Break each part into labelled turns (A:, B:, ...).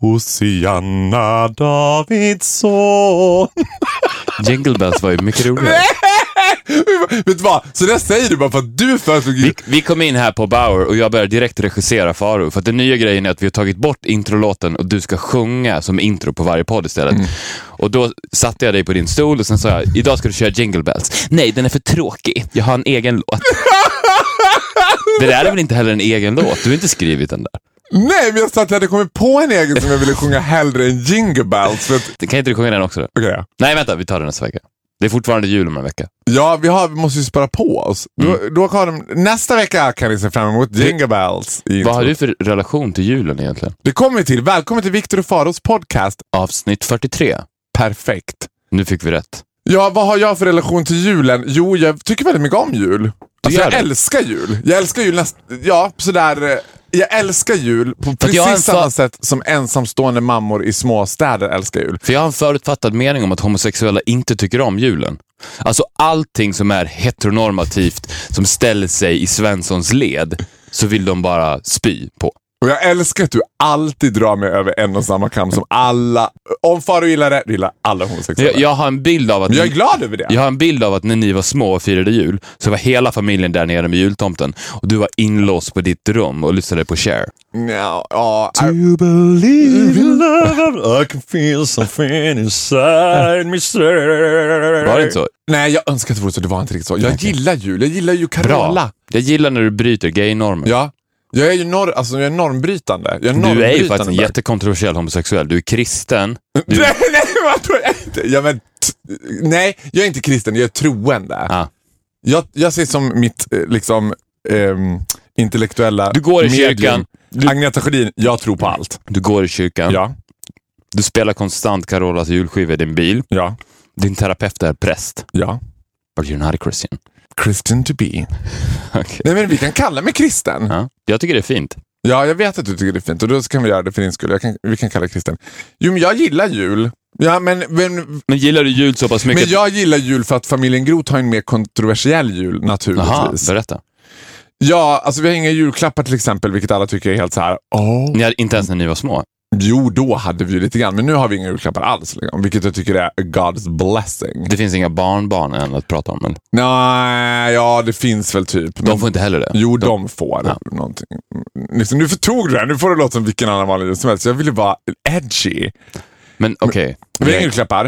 A: Hosiana, Davids son.
B: Jingle Bells var ju mycket roligare.
A: Vet du vad? Så det säger du bara för att du föreslog
B: Vi, vi kom in här på Bauer och jag började direkt regissera Faro för att den nya grejen är att vi har tagit bort introlåten och du ska sjunga som intro på varje podd istället. Och då satte jag dig på din stol och sen sa jag, idag ska du köra Jingle Bells. Nej, den är för tråkig. Jag har en egen låt. Det där är väl inte heller en egen låt? Du har inte skrivit den där.
A: Nej, men jag sa att jag hade kommit på en egen som jag ville sjunga hellre än Jingle Bells. För att...
B: Kan inte du sjunga den också? Då?
A: Okej, ja.
B: Nej, vänta, vi tar den nästa vecka. Det är fortfarande jul om en vecka.
A: ja, vi, har, vi måste ju spara på oss. Då, då har de, nästa vecka kan ni se fram emot Jingle Bells. i
B: Vad har
A: intro.
B: du för relation till julen egentligen?
A: Det kommer vi till. Välkommen till Viktor och Faros podcast.
B: Avsnitt 43.
A: Perfekt.
B: Nu fick vi rätt.
A: Ja, vad har jag för relation till julen? Jo, jag tycker väldigt mycket om jul. Alltså,
B: gör
A: jag
B: det?
A: älskar jul. Jag älskar jul näst, ja, sådär. eh, Jag älskar jul på
B: att jag har en
A: precis samma
B: fa-
A: sätt som ensamstående mammor i småstäder älskar jul.
B: För jag har en förutfattad mening om att homosexuella inte tycker om julen. Alltså allting som är heteronormativt, som ställer sig i Svenssons led, så vill de bara spy på.
A: Och jag älskar att du alltid drar mig över en och samma kam som alla. Om Faro gillar det, du gillar alla homosexuella.
B: Jag, jag har en bild av att...
A: Men jag är glad över det.
B: Jag har en bild av att när ni var små och firade jul, så var hela familjen där nere med jultomten och du var inlåst på ditt rum och lyssnade på Cher.
A: Ja, ja,
C: Do you believe in love? I can feel something inside me sir.
B: Var det inte så?
A: nej, jag önskar att det vore så. Det var inte riktigt så. Jag gillar jul. Jag gillar ju Carola.
B: Bra. Jag gillar när du bryter gaynormer.
A: Ja. Jag är ju norr, alltså, jag är normbrytande. Jag är
B: Du är ju
A: normbrytande
B: faktiskt en
A: där.
B: jättekontroversiell homosexuell. Du är kristen. Du...
A: Nej, nej, vad tror jag inte. Ja, men, t- nej, jag är inte kristen, jag är troende.
B: Ah.
A: Jag, jag ser som mitt eh, liksom, ehm, intellektuella
B: Du går i
A: medium.
B: kyrkan. Du-
A: Agneta Sjödin, jag tror på allt.
B: Du går i kyrkan.
A: Ja,
B: Du spelar konstant Carolas julskiva i din bil.
A: ja,
B: Din terapeut är präst.
A: ja.
B: But you're not a Christian.
A: Christian to be.
B: Okej.
A: Nej, men vi kan kalla mig kristen.
B: Ja. Jag tycker det är fint.
A: Ja, jag vet att du tycker det är fint och då kan vi göra det för din skull. Jag kan, vi kan kalla det kristen. Jo, men jag gillar jul. Ja, men, men,
B: Men gillar du jul så pass mycket?
A: men jag gillar jul för att familjen Groth har en mer kontroversiell jul naturligtvis.
B: Jaha, berätta.
A: Ja, alltså vi har inga julklappar till exempel, vilket alla tycker är helt så här. "Åh."
B: Ni hade, inte ens när ni var små.
A: Jo, då hade vi ju lite grann, men nu har vi inga julklappar alls. Liksom, vilket jag tycker är God's blessing.
B: Det finns inga barnbarn än att prata om. Men
A: Nej, ja det finns väl typ.
B: de får inte heller det.
A: Jo, de, får
B: Ja.
A: någonting. Liksom, nu förtog du det här. Nu får det låta som vilken annan vanlig jul som helst. Jag ville vara edgy.
B: Men okej.
A: Vi har inga
B: Nej.
A: julklappar.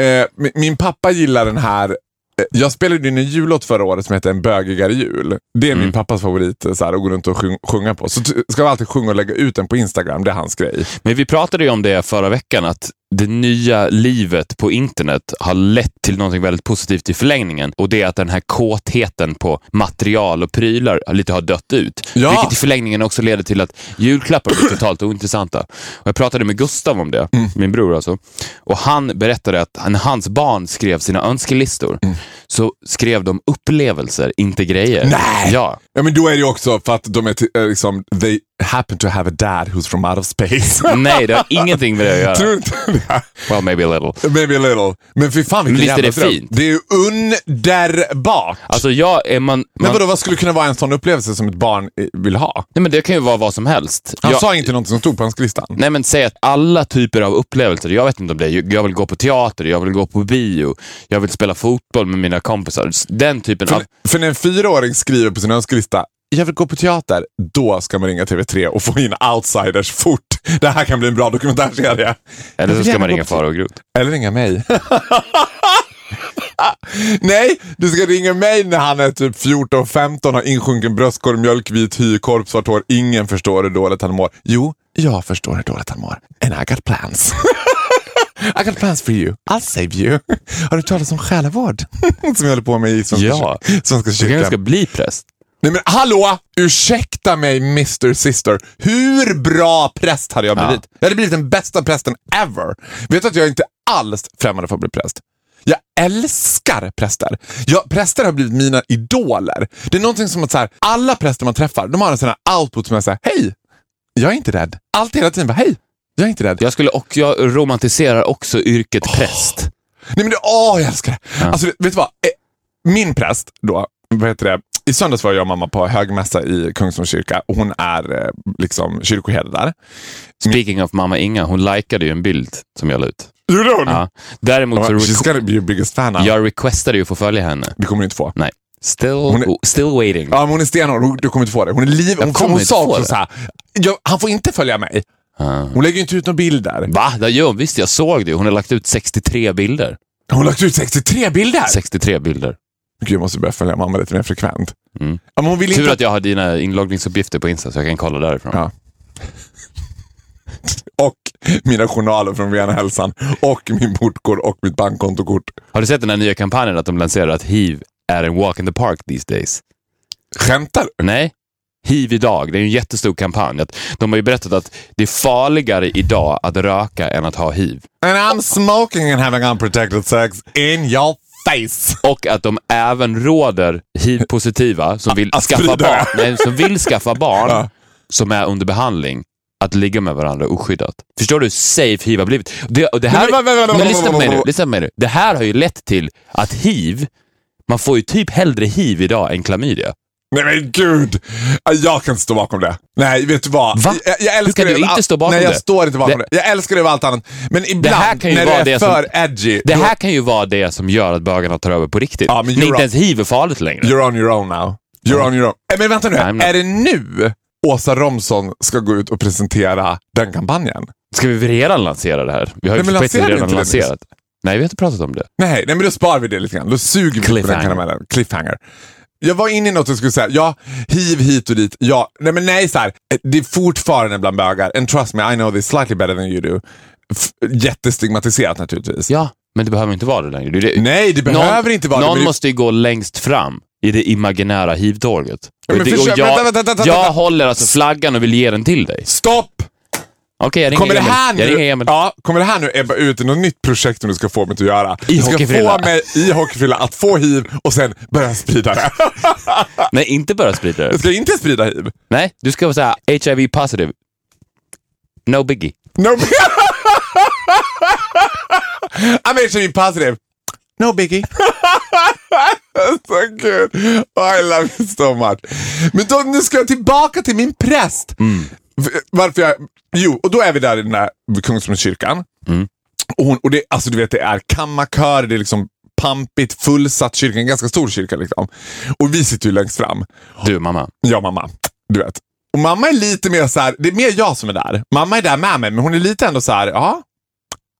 A: Eh, min- min pappa gillar den här. eh, Jag spelade in en jullåt förra året som heter En bögigare jul. Det är min pappas favorit eh, så här, att gå runt och sjung- sjunga på. Så t- ska vi alltid sjunga och lägga ut den på Instagram. Det är hans grej.
B: Men vi pratade ju om det förra veckan, att det nya livet på internet har lett till något väldigt positivt i förlängningen. Och det är att den här kåtheten på material och prylar lite har dött ut.
A: Ja.
B: Vilket i förlängningen också leder till att julklappar blir totalt ointressanta. Och jag pratade med Gustav om det,
A: Mm.
B: min bror alltså. Och han berättade att när hans barn skrev sina önskelistor
A: Mm.
B: så skrev de upplevelser, inte grejer.
A: Nej!
B: Ja.
A: Ja, men då är det ju också för att de är t- eh, liksom, they happen to have a dad who's from out of space.
B: Nej, det har ingenting med det att göra.
A: Tror du inte det?
B: Well, maybe a little.
A: Maybe a little. Men fy fan vilken
B: Men visst är
A: jävla
B: det
A: dröm.
B: fint?
A: Det är ju underbart.
B: Alltså, jag är man...
A: men
B: man
A: vadå, vad skulle kunna vara en sån upplevelse som ett barn eh, vill ha?
B: Nej, men det kan ju vara vad som helst.
A: Han
B: jag,
A: sa inte någonting som stod på hans listan.
B: Nej, men säg att alla typer av upplevelser, jag vet inte om det är, jag vill gå på teater, jag vill gå på bio, jag vill spela fotboll med mina kompisar. Den typen av...
A: För, för när en fyraåring skriver på sin önskelista jag vill gå på teater, då ska man ringa TV3 och få in outsiders fort. Det här kan bli en bra dokumentärserie.
B: Eller så ska
A: Gärna
B: man ringa
A: gå på
B: Farao Groth.
A: Eller ringa mig. Nej, du ska ringa mig när han är typ 14-15, har insjunken bröstkorg, mjölkvit hy, korpsvart hår. Ingen förstår hur dåligt han mår. Jo, jag förstår hur dåligt han mår. And I got plans. I got plans for you. I'll save you. Har du hört talas om själavård? Som jag håller på med i Svenska,
B: Ja.
A: kyr- Svenska
B: Du kanske
A: kyrkan.
B: ska bli präst.
A: Nej men hallå! Ursäkta mig Mr Sister. Hur bra präst hade jag blivit? Jag hade blivit den bästa prästen ever. Vet du att jag är inte alls främmande för att bli präst? Jag älskar präster. Jag, präster har blivit mina idoler. Det är någonting som att så här, alla präster man träffar, de har en sån här output som är såhär, hej, jag är inte rädd. Allt hela tiden bara, hej, jag är inte rädd.
B: Jag, skulle och, jag romantiserar också yrket präst.
A: Nej men det, åh jag älskar det. Alltså vet du vad? Eh, Min präst då, vad heter det? I söndags var jag och mamma på högmässa i Kungsholms kyrka och hon är eh, liksom kyrkoherde där.
B: Speaking of mamma Inga, hon likade ju en bild som jag la ut.
A: Gjorde hon?
B: Ja. Däremot så
A: She's
B: requ-
A: gonna be your biggest fan now.
B: jag requestade ju att få följa henne.
A: Det kommer du inte få.
B: Nej. Still,
A: Hon är-
B: still waiting.
A: Ja, men hon är stenhård. Hon- Du kommer inte få det. Hon är liv. Hon,
B: kommer
A: hon
B: inte
A: sa
B: få
A: också
B: det.
A: så här, "Jag- han får inte följa mig. Hon lägger ju inte ut några bilder.
B: Va? Det gör hon. Visst, jag såg det. Hon har lagt ut 63 bilder.
A: Hon har lagt ut 63 bilder.
B: 63 bilder.
A: Gud, jag måste börja följa mamma lite mer frekvent.
B: Mm.
A: Ja, men hon vill
B: Tur
A: inte...
B: att jag har dina inloggningsuppgifter på Insta så jag kan kolla därifrån.
A: Ja. Och mina journaler från Vena Hälsan. Och min portkod och mitt bankkontokort.
B: Har du sett den här nya kampanjen att de lanserar att hiv är en walk in the park these days?
A: Skämtar du?
B: Nej. Hiv idag, det är en jättestor kampanj. Att de har ju berättat att det är farligare idag att röka än att ha hiv.
A: And I'm smoking and having unprotected sex in your face.
B: Och att de även råder hiv-positiva som vill,
A: Att
B: skaffa
A: sprida.
B: barn, nej, som vill skaffa barn
A: Ja.
B: som är under behandling att ligga med varandra oskyddat. Förstår du hur safe hiv har blivit? Det, och det här,
A: Men, men, men, men,
B: men,
A: men,
B: lyssna
A: men,
B: på mig
A: men,
B: nu,
A: men.
B: lyssna på mig nu. Det här har ju lett till att hiv, man får ju typ hellre hiv idag än klamydia.
A: Nej men gud! Jag kan inte stå bakom det. Nej, vet du vad?
B: Va?
A: Jag, jag
B: Hur
A: älskar
B: kan
A: det
B: du
A: över
B: inte
A: allt-
B: stå bakom
A: Nej, jag
B: det?
A: står inte bakom det.
B: Det-
A: Jag älskar det över allt annat. Men ibland
B: här kan ju
A: när
B: vara
A: det är
B: det som-
A: för edgy,
B: Det
A: då-
B: här kan ju vara det som gör att bögarna tar över på riktigt.
A: Ja, men
B: När
A: you're
B: inte
A: right.
B: ens hiv är farligt längre.
A: You're on your own now. You're on your own. Eh, Men vänta nu,
B: I'm not-
A: är det nu Åsa Romson ska gå ut och presentera den kampanjen?
B: Ska vi redan lansera det här? Vi har ju
A: Nej, men
B: på ett sätt
A: lanserade
B: redan
A: inte det nyss?
B: lanserat. Nej, vi har inte pratat om det.
A: Nej, nej men då sparar vi det lite grann. Då suger vi på den
B: Cliffhanger.
A: karamellen. Cliffhanger. Jag var inne i något och skulle säga, ja, hiv hit och dit. Ja, nej men nej så här. eh, Det är fortfarande bland bögar, and trust me, I know this slightly better than you do. F- jättestigmatiserat naturligtvis.
B: Ja, men det behöver inte vara det längre. Det är det-
A: Nej, det behöver inte vara det,
B: Någon
A: men det.
B: måste ju gå längst fram i det imaginära hivtåget.
A: Ja, men
B: Och det- och
A: försök-
B: jag,
A: vänta, vänta, vänta,
B: jag
A: vänta.
B: håller alltså flaggan och vill ge den till dig.
A: Stopp!
B: Okej, jag ringer
A: Kommer det
B: Emil.
A: här
B: Jag ringer
A: nu,
B: Emil.
A: ja, kommer det här nu ebba ut i något nytt projekt som du ska få mig att göra?
B: I
A: du ska
B: hockeyfrilla.
A: få mig i hockeyfrilla att få hiv och sen börja sprida det.
B: Nej, inte börja sprida det.
A: Jag ska inte sprida hiv.
B: Nej, du ska vara såhär HIV positive. No biggie.
A: No I'm HIV positive. No biggie. so good. Oh, I love you so much. Men då, nu ska jag tillbaka till min präst. V- Varför jag... Jo, och då är vi där i den där vid Kungsholmskyrkan. Och, hon, och det, alltså du vet, det är kammarkör, det är liksom pampigt, fullsatt kyrka, en ganska stor kyrka liksom. Och vi sitter ju längst fram.
B: Du mamma,
A: Ja, mamma. Du vet. Och mamma är lite mer så här, det är mer jag som är där. Mamma är där med mig, men hon är lite ändå så här, ja.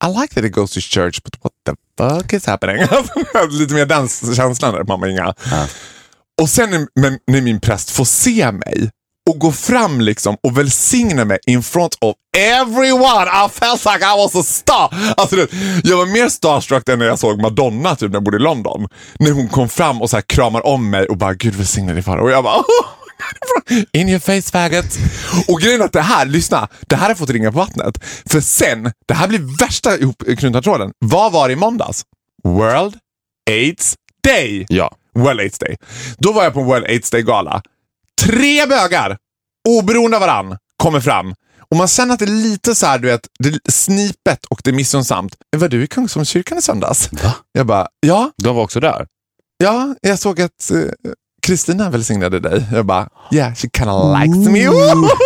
A: I like that it goes to church, but what the fuck is happening? Alltså, lite mer den känslan där, mamma Inga. Och sen när- men- när min präst får se mig och gå fram liksom och välsigna mig in front of everyone. I felt like I was a star. Alltså, du vet, jag var mer starstruck än när jag såg Madonna typ, när jag bodde i London. När hon kom fram och så här kramar om mig och bara Gud välsigne dig fara. Och jag bara "Oh, In your face faggot. Och grejen är att det här, lyssna, det här har fått ringa på vattnet. För sen, det här blir värsta ihopknutna tråden. Vad var det i måndags? World AIDS Day.
B: ja.
A: Well Aids Day. Då var jag på en Well Aids Day-gala. Tre bögar, oberoende av varann, kommer fram. Och man känner att det är lite så här, du vet, det är snipet och det är missunnsamt. Var du i Kungsholmskyrkan i söndags?
B: Va?
A: Jag bara, ja,
B: De var också där.
A: ja, jag såg att eh, Kristina välsignade dig. Jag bara, yeah, she kinda likes me.
B: Mm.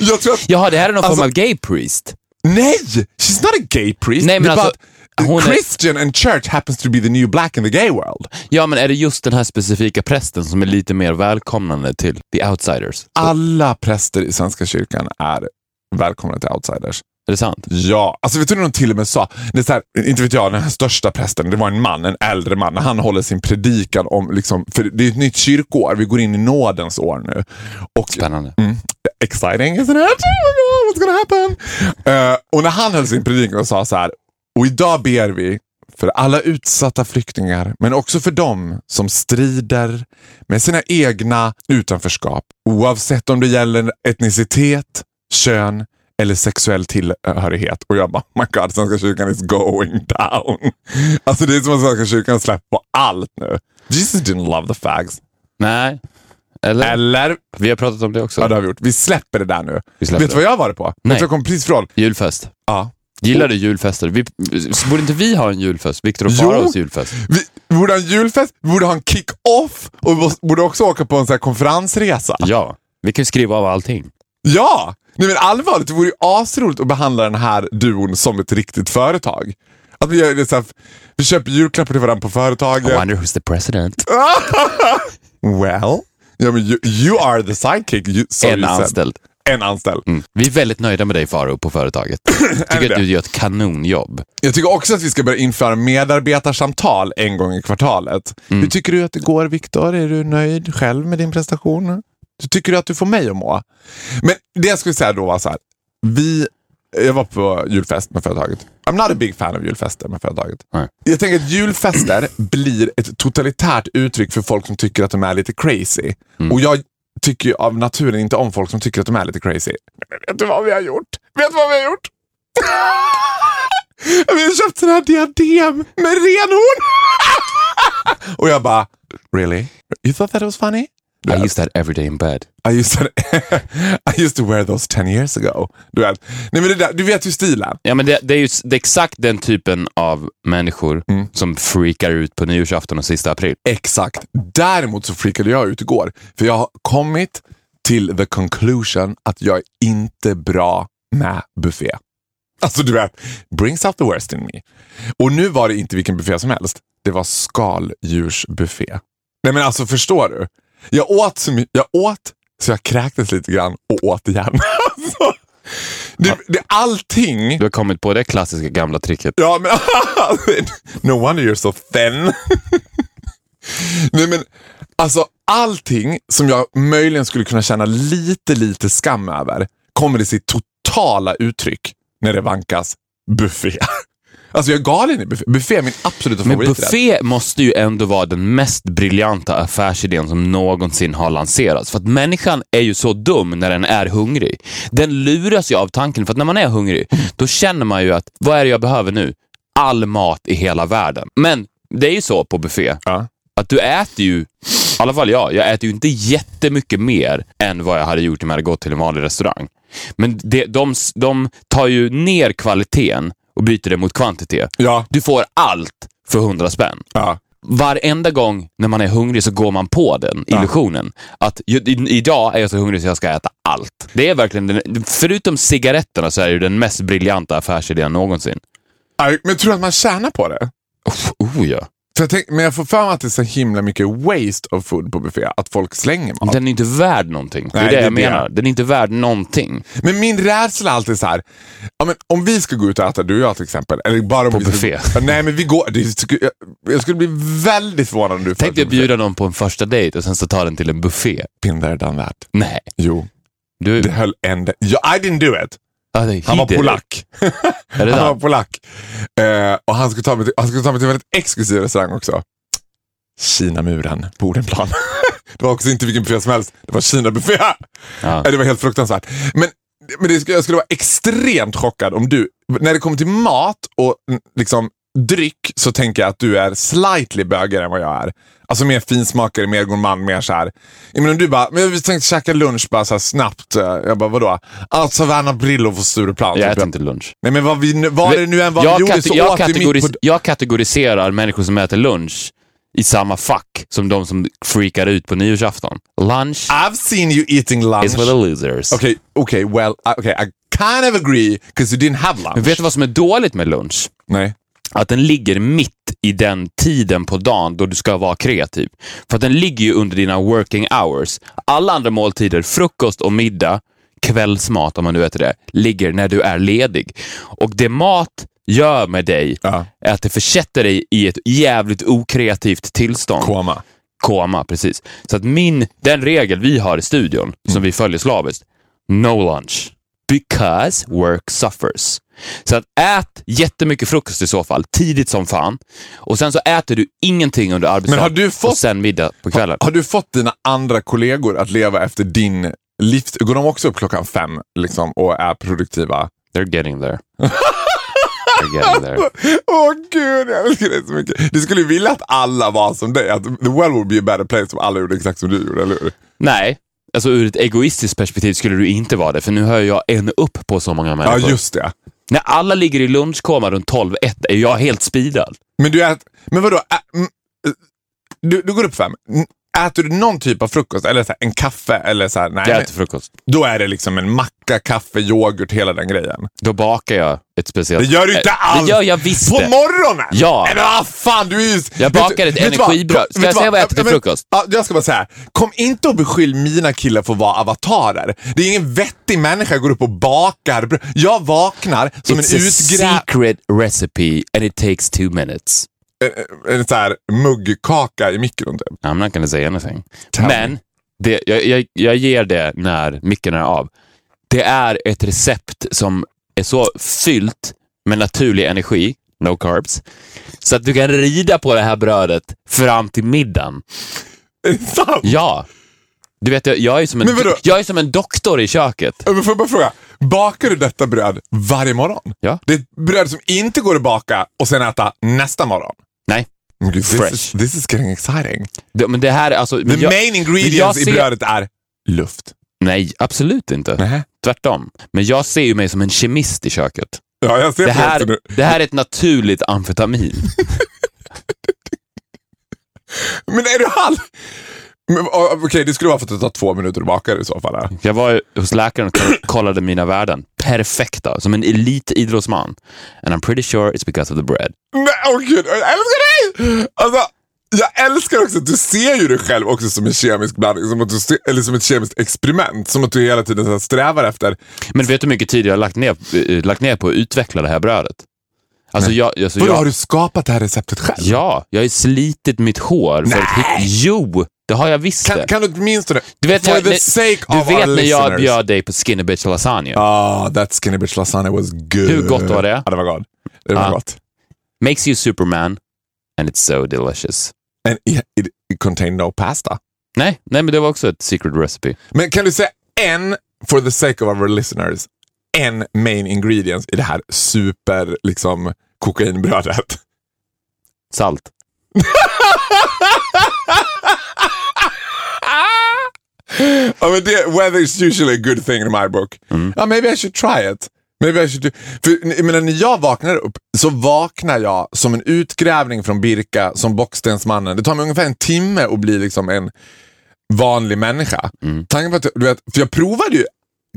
A: jag tror att,
B: Jaha, det här är någon
A: Alltså-
B: form av gay priest.
A: nej, she's not a gay priest.
B: Nej, men
A: Det är bara
B: alltså,
A: att
B: hon är-
A: Christian and church happens to be the new black in the gay world.
B: Ja, men är det just den här specifika prästen som är lite mer välkomnande till the outsiders?
A: alla präster i Svenska kyrkan är välkomna till outsiders.
B: Är det sant?
A: Ja, alltså vet du när de till och med sa, det är så här, inte vet jag, den här största prästen, det var en man, en äldre man, när han håller sin predikan om, liksom, för det är ett nytt kyrkoår, vi går in i nådens år nu. Och
B: Spännande.
A: exciting isn't it? Oh my God, what's gonna happen? Eh, och när han höll sin predikan och sa så här, och idag ber vi för alla utsatta flyktingar, men också för dem som strider med sina egna utanförskap. Oavsett om det gäller etnicitet, kön eller sexuell tillhörighet. Och jag bara, "Oh my god, Svenska kyrkan is going down. Alltså det är som att Svenska kyrkan släpper på allt nu. Jesus didn't love the fags.
B: Nej. Eller?
A: Eller?
B: Vi har pratat om det också.
A: Ja, det har vi gjort. Vi släpper det där nu.
B: Vi släpper
A: Vet du vad jag har varit på? Vet
B: Nej.
A: du vad jag kom precis från?
B: Julfest.
A: Ja.
B: Gillar du julfester? Vi, så borde inte vi ha en julfest? Viktor och
A: Jo.
B: Faraos julfest.
A: Vi vi borde ha en julfest, vi borde ha en kick-off och vi måste- borde också åka på en sån här konferensresa.
B: Ja. Vi kan ju skriva av allting.
A: Ja! Nej men allvarligt, det vore ju asroligt att behandla den här duon som ett riktigt företag. Att vi, gör det så här, vi köper julklappar till varandra på
B: I
A: företaget.
B: wonder who's the president?
A: Well? Ja, men you, you are the sidekick. You, so
B: En
A: you said.
B: anställd.
A: En anställd.
B: Vi är väldigt nöjda med dig Faro på företaget. Tycker
A: det?
B: att du gör ett kanonjobb.
A: Jag tycker också att vi ska börja införa medarbetarsamtal en gång i kvartalet. Hur tycker du att det går Viktor? Är du nöjd själv med din prestation? Hur tycker du att du får mig att må? Men det jag skulle säga då var så här. Vi, jag var på julfest med företaget. I'm not a big fan av julfester med företaget.
B: Nej.
A: Jag tänker att julfester blir ett totalitärt uttryck för folk som tycker att de är lite crazy. Och jag tycker ju av naturen inte om folk som tycker att de är lite crazy. Men vet du vad vi har gjort? Vet du vad vi har gjort? Vi har köpt sån här diadem med renhorn. Och jag bara, really? You thought that was funny?
B: I use that every day in bed.
A: I used to, I used to wear those 10 years ago. Du vet, Nej, men det där, du vet ju stilen.
B: Ja, men det, det är ju s- det är exakt den typen av människor
A: Mm.
B: som freakar ut på nyårsafton och sista april.
A: Exakt. Däremot så freakade jag ut igår. För jag har kommit till the conclusion att jag är inte bra med buffé. Alltså du vet, brings out the worst in me. Och nu var det inte vilken buffé som helst. Det var skaldjursbuffé. Nej men alltså förstår du? Jag åt så mycket, jag åt så jag kräktes lite grann och åt igen. alltså, det, det, allting
B: Du har kommit på det klassiska gamla tricket.
A: Ja, men no wonder you're so thin. Nej, men alltså allting som jag möjligen skulle kunna känna lite, lite skam över kommer i sitt totala uttryck när det vankas buffé. Alltså jag är galen i buffé. Buffé är min absoluta
B: Men
A: favoriträtt.
B: buffé måste ju ändå vara den mest briljanta affärsidén som någonsin har lanserats. För att människan är ju så dum när den är hungrig. Den luras ju av tanken, för att när man är hungrig, då känner man ju att vad är det jag behöver nu? All mat i hela världen. Men det är ju så på buffé,
A: Ja.
B: att du äter ju, i alla fall jag, jag äter ju inte jättemycket mer än vad jag hade gjort om jag hade gått till en vanlig restaurang. Men det, de, de tar ju ner kvaliteten och byter det mot kvantitet.
A: Ja.
B: Du får allt för 100 spänn.
A: Ja.
B: Varenda gång när man är hungrig så går man på den illusionen. Att ju- i- idag är jag så hungrig så jag ska äta allt. Det är verkligen, den, förutom cigaretterna så är det ju den mest briljanta affärsidén någonsin.
A: Aj, Men tror du att man tjänar på det?
B: Oh ja.
A: För jag tänk, men jag får för mig att det är så himla mycket waste of food på buffé. Att folk slänger mat.
B: Den är inte värd någonting. Det är
A: Nej,
B: det
A: det är
B: jag
A: det.
B: menar. Den är inte värd någonting.
A: Men min rädsla är alltid så här. Ja, men om vi ska gå ut och äta, du och jag till exempel. Eller bara om
B: På
A: vi ska-
B: buffé.
A: Ja, Nej, men vi går. Det, skulle- jag, jag skulle bli väldigt förvånad om du
B: Tänk dig att bjuda någon på en första dejt och sen så ta den till en buffé.
A: Been there, done that.
B: Nej.
A: Jo,
B: Du,
A: det höll ända. Ja, I didn't do it.
B: Ah, det-
A: Han var
B: Hitler.
A: polack.
B: Är det
A: Han var
B: sant?
A: polack. Eh, och han skulle, ta mig till, han skulle ta mig till en väldigt exklusiv restaurang också. Kinamuren, Bodenplan. det var också inte vilken buffé som helst. Det var Kinabuffé.
B: Ja.
A: Eh, Det var helt fruktansvärt. Men, men det, skulle- jag skulle vara extremt chockad om du, när det kommer till mat och mm, liksom dryck så tänker jag att du är slightly bögigare än vad jag är. Alltså mer finsmakare, mer gourmand, mer så här. Jag menar, om du bara, men vi tänkte käka lunch bara så här snabbt. eh, Jag bara, vadå? Alltså Verna Brillo på Stureplan.
B: Jag
A: typ.
B: äter inte lunch.
A: Nej men vad, vi, nu- vad det nu än var vi
B: jag,
A: gjorde
B: kate-
A: så
B: jag,
A: åt vi
B: kategoris-
A: mitt på...
B: jag kategoriserar människor som äter lunch i samma fack som de som freakar ut på nyårsafton. Lunch
A: I've seen you eating Ah, lunch.
B: is for the
A: Okej,
B: losers.
A: okej, well, I- okay, I kind of agree, because you didn't have lunch.
B: Men vet du vad som är dåligt med lunch?
A: Nej.
B: Att den ligger mitt i den tiden på dagen då du ska vara kreativ. För att den ligger ju under dina working hours. Alla andra måltider, frukost och middag, kvällsmat om man nu äter det, ligger när du är ledig. Och det mat gör med dig
A: Ja.
B: är att det försätter dig i ett jävligt okreativt tillstånd.
A: Koma.
B: koma, precis. Så att min, den regel vi har i
A: Mm.
B: studion, som vi följer slaviskt, no lunch. Because work suffers. Så att ät jättemycket frukost i så fall, tidigt som fan. Och sen så äter du ingenting under arbetsdagen
A: Men har du
B: och
A: fått-
B: sen middag på kvällen.
A: Har du fått dina andra kollegor att leva efter din livs... Går de också upp klockan fem liksom, och är produktiva?
B: They're getting there. They're getting there.
A: Åh gud, jag älskar dig så mycket. Du skulle ju vilja att alla var som dig. Att the world would be a better place om alla gjorde exakt som du gjorde, eller hur?
B: Nej, alltså ur ett egoistiskt perspektiv skulle du inte vara det, för nu hör jag en upp på så många
A: Ja,
B: människor.
A: just det.
B: När alla ligger i lunchkoma runt 12-1 är jag helt speedad.
A: Men du äter... Men vadå? Ä- mm, eh, Du, du går upp fem. Mm, Äter du någon typ av frukost? Eller så här, en kaffe? Eller så här, nej,
B: Jag
A: men,
B: äter frukost.
A: då är det liksom en macka, kaffe, yoghurt, hela den grejen.
B: Då bakar jag ett speciellt...
A: Det gör du inte
B: Eh,
A: alls!
B: Det gör jag visst
A: På
B: det.
A: morgonen?
B: Ja.
A: Men vad fan, du är ju...
B: Jag
A: Vet
B: bakar
A: du-
B: ett
A: vet du vad?
B: energibröd. Ska
A: Vet
B: jag
A: du
B: säga
A: vad?
B: vad jag äter till
A: Ja, men-
B: frukost?
A: Ja, jag ska bara säga, kom inte och beskyll mina killar för att vara avatarer. Det är ingen vettig människa som går upp och bakar bröd. Jag vaknar som
B: It's
A: en
B: a
A: utgrävd
B: secret recipe and it takes two minutes.
A: en så här muggkaka i mikron typ.
B: I'm not gonna say anything.
A: Tell
B: Men det, jag, jag, jag ger det när micken är av. Det är ett recept som är så fyllt med naturlig energi, no carbs, så att du kan rida på det här brödet fram till middagen.
A: Är det sant?
B: Ja. Du vet, jag, jag, är som en,
A: Men vadå?
B: jag är som en doktor i köket.
A: Ja, men Får jag bara fråga, bakar du detta bröd varje morgon?
B: Ja.
A: Det är ett bröd som inte går att baka och sen äta nästa morgon?
B: Nej.
A: Men gud, This
B: Fresh.
A: is, this is getting exciting.
B: Det, men det här är alltså...
A: The
B: men jag-
A: main
B: jag
A: ingredients i
B: ser-
A: brödet är luft.
B: Nej, absolut inte.
A: Nej.
B: Tvärtom. Men jag ser ju mig som en kemist i köket.
A: Ja, jag ser
B: Det
A: det
B: här,
A: också nu.
B: det här är ett naturligt amfetamin.
A: Men är du halv? Men, ah, Okej, det skulle vara för att det tar två minuter att baka det i så fall. här.
B: Jag var hos läkaren och kollade mina värden. Perfekta, som en elitidrottsman. And I'm pretty sure it's because of the bread.
A: Men åh gud, jag älskar dig! Alltså, jag älskar också att du ser ju dig själv också som en kemisk blandning, som att du ser, eller som ett kemiskt experiment. Som att du hela tiden så här strävar efter.
B: Men vet du hur mycket tid jag har lagt ner, eh, lagt ner på att utveckla det här brödet? Alltså jag, alltså
A: Vadå, har
B: jag,
A: du skapat det här receptet själv?
B: ja, jag har ju slitit mitt hår för att hitta... Jo, det har jag visst
A: Kan,
B: det.
A: kan du åtminstone,
B: Du vet,
A: for
B: jag,
A: the
B: när-
A: sake
B: du
A: of our
B: vet när jag
A: listeners.
B: bjöd dig på skinny bitch lasagne.
A: Ah, that skinny bitch lasagna was good.
B: Hur gott var det?
A: Ja, det var gott. Det var
B: Ah.
A: gott.
B: Makes you superman and it's so delicious.
A: And it, it, it contained no pasta.
B: Nej, nej, men det var också ett secret recipe.
A: Men kan du säga en, for the sake of our listeners, en main ingredients i det här super liksom, kokainbrödet?
B: Salt.
A: Ja, men det, weather is usually a good thing in my book. Ja, maybe I should try it. Maybe I should do... För, jag menar, när jag vaknar upp så vaknar jag som en utgrävning från Birka, som Bockstensmannen. Det tar mig ungefär en timme att bli liksom en vanlig människa.
B: Mm.
A: Tanken på att, du vet, för jag provade ju,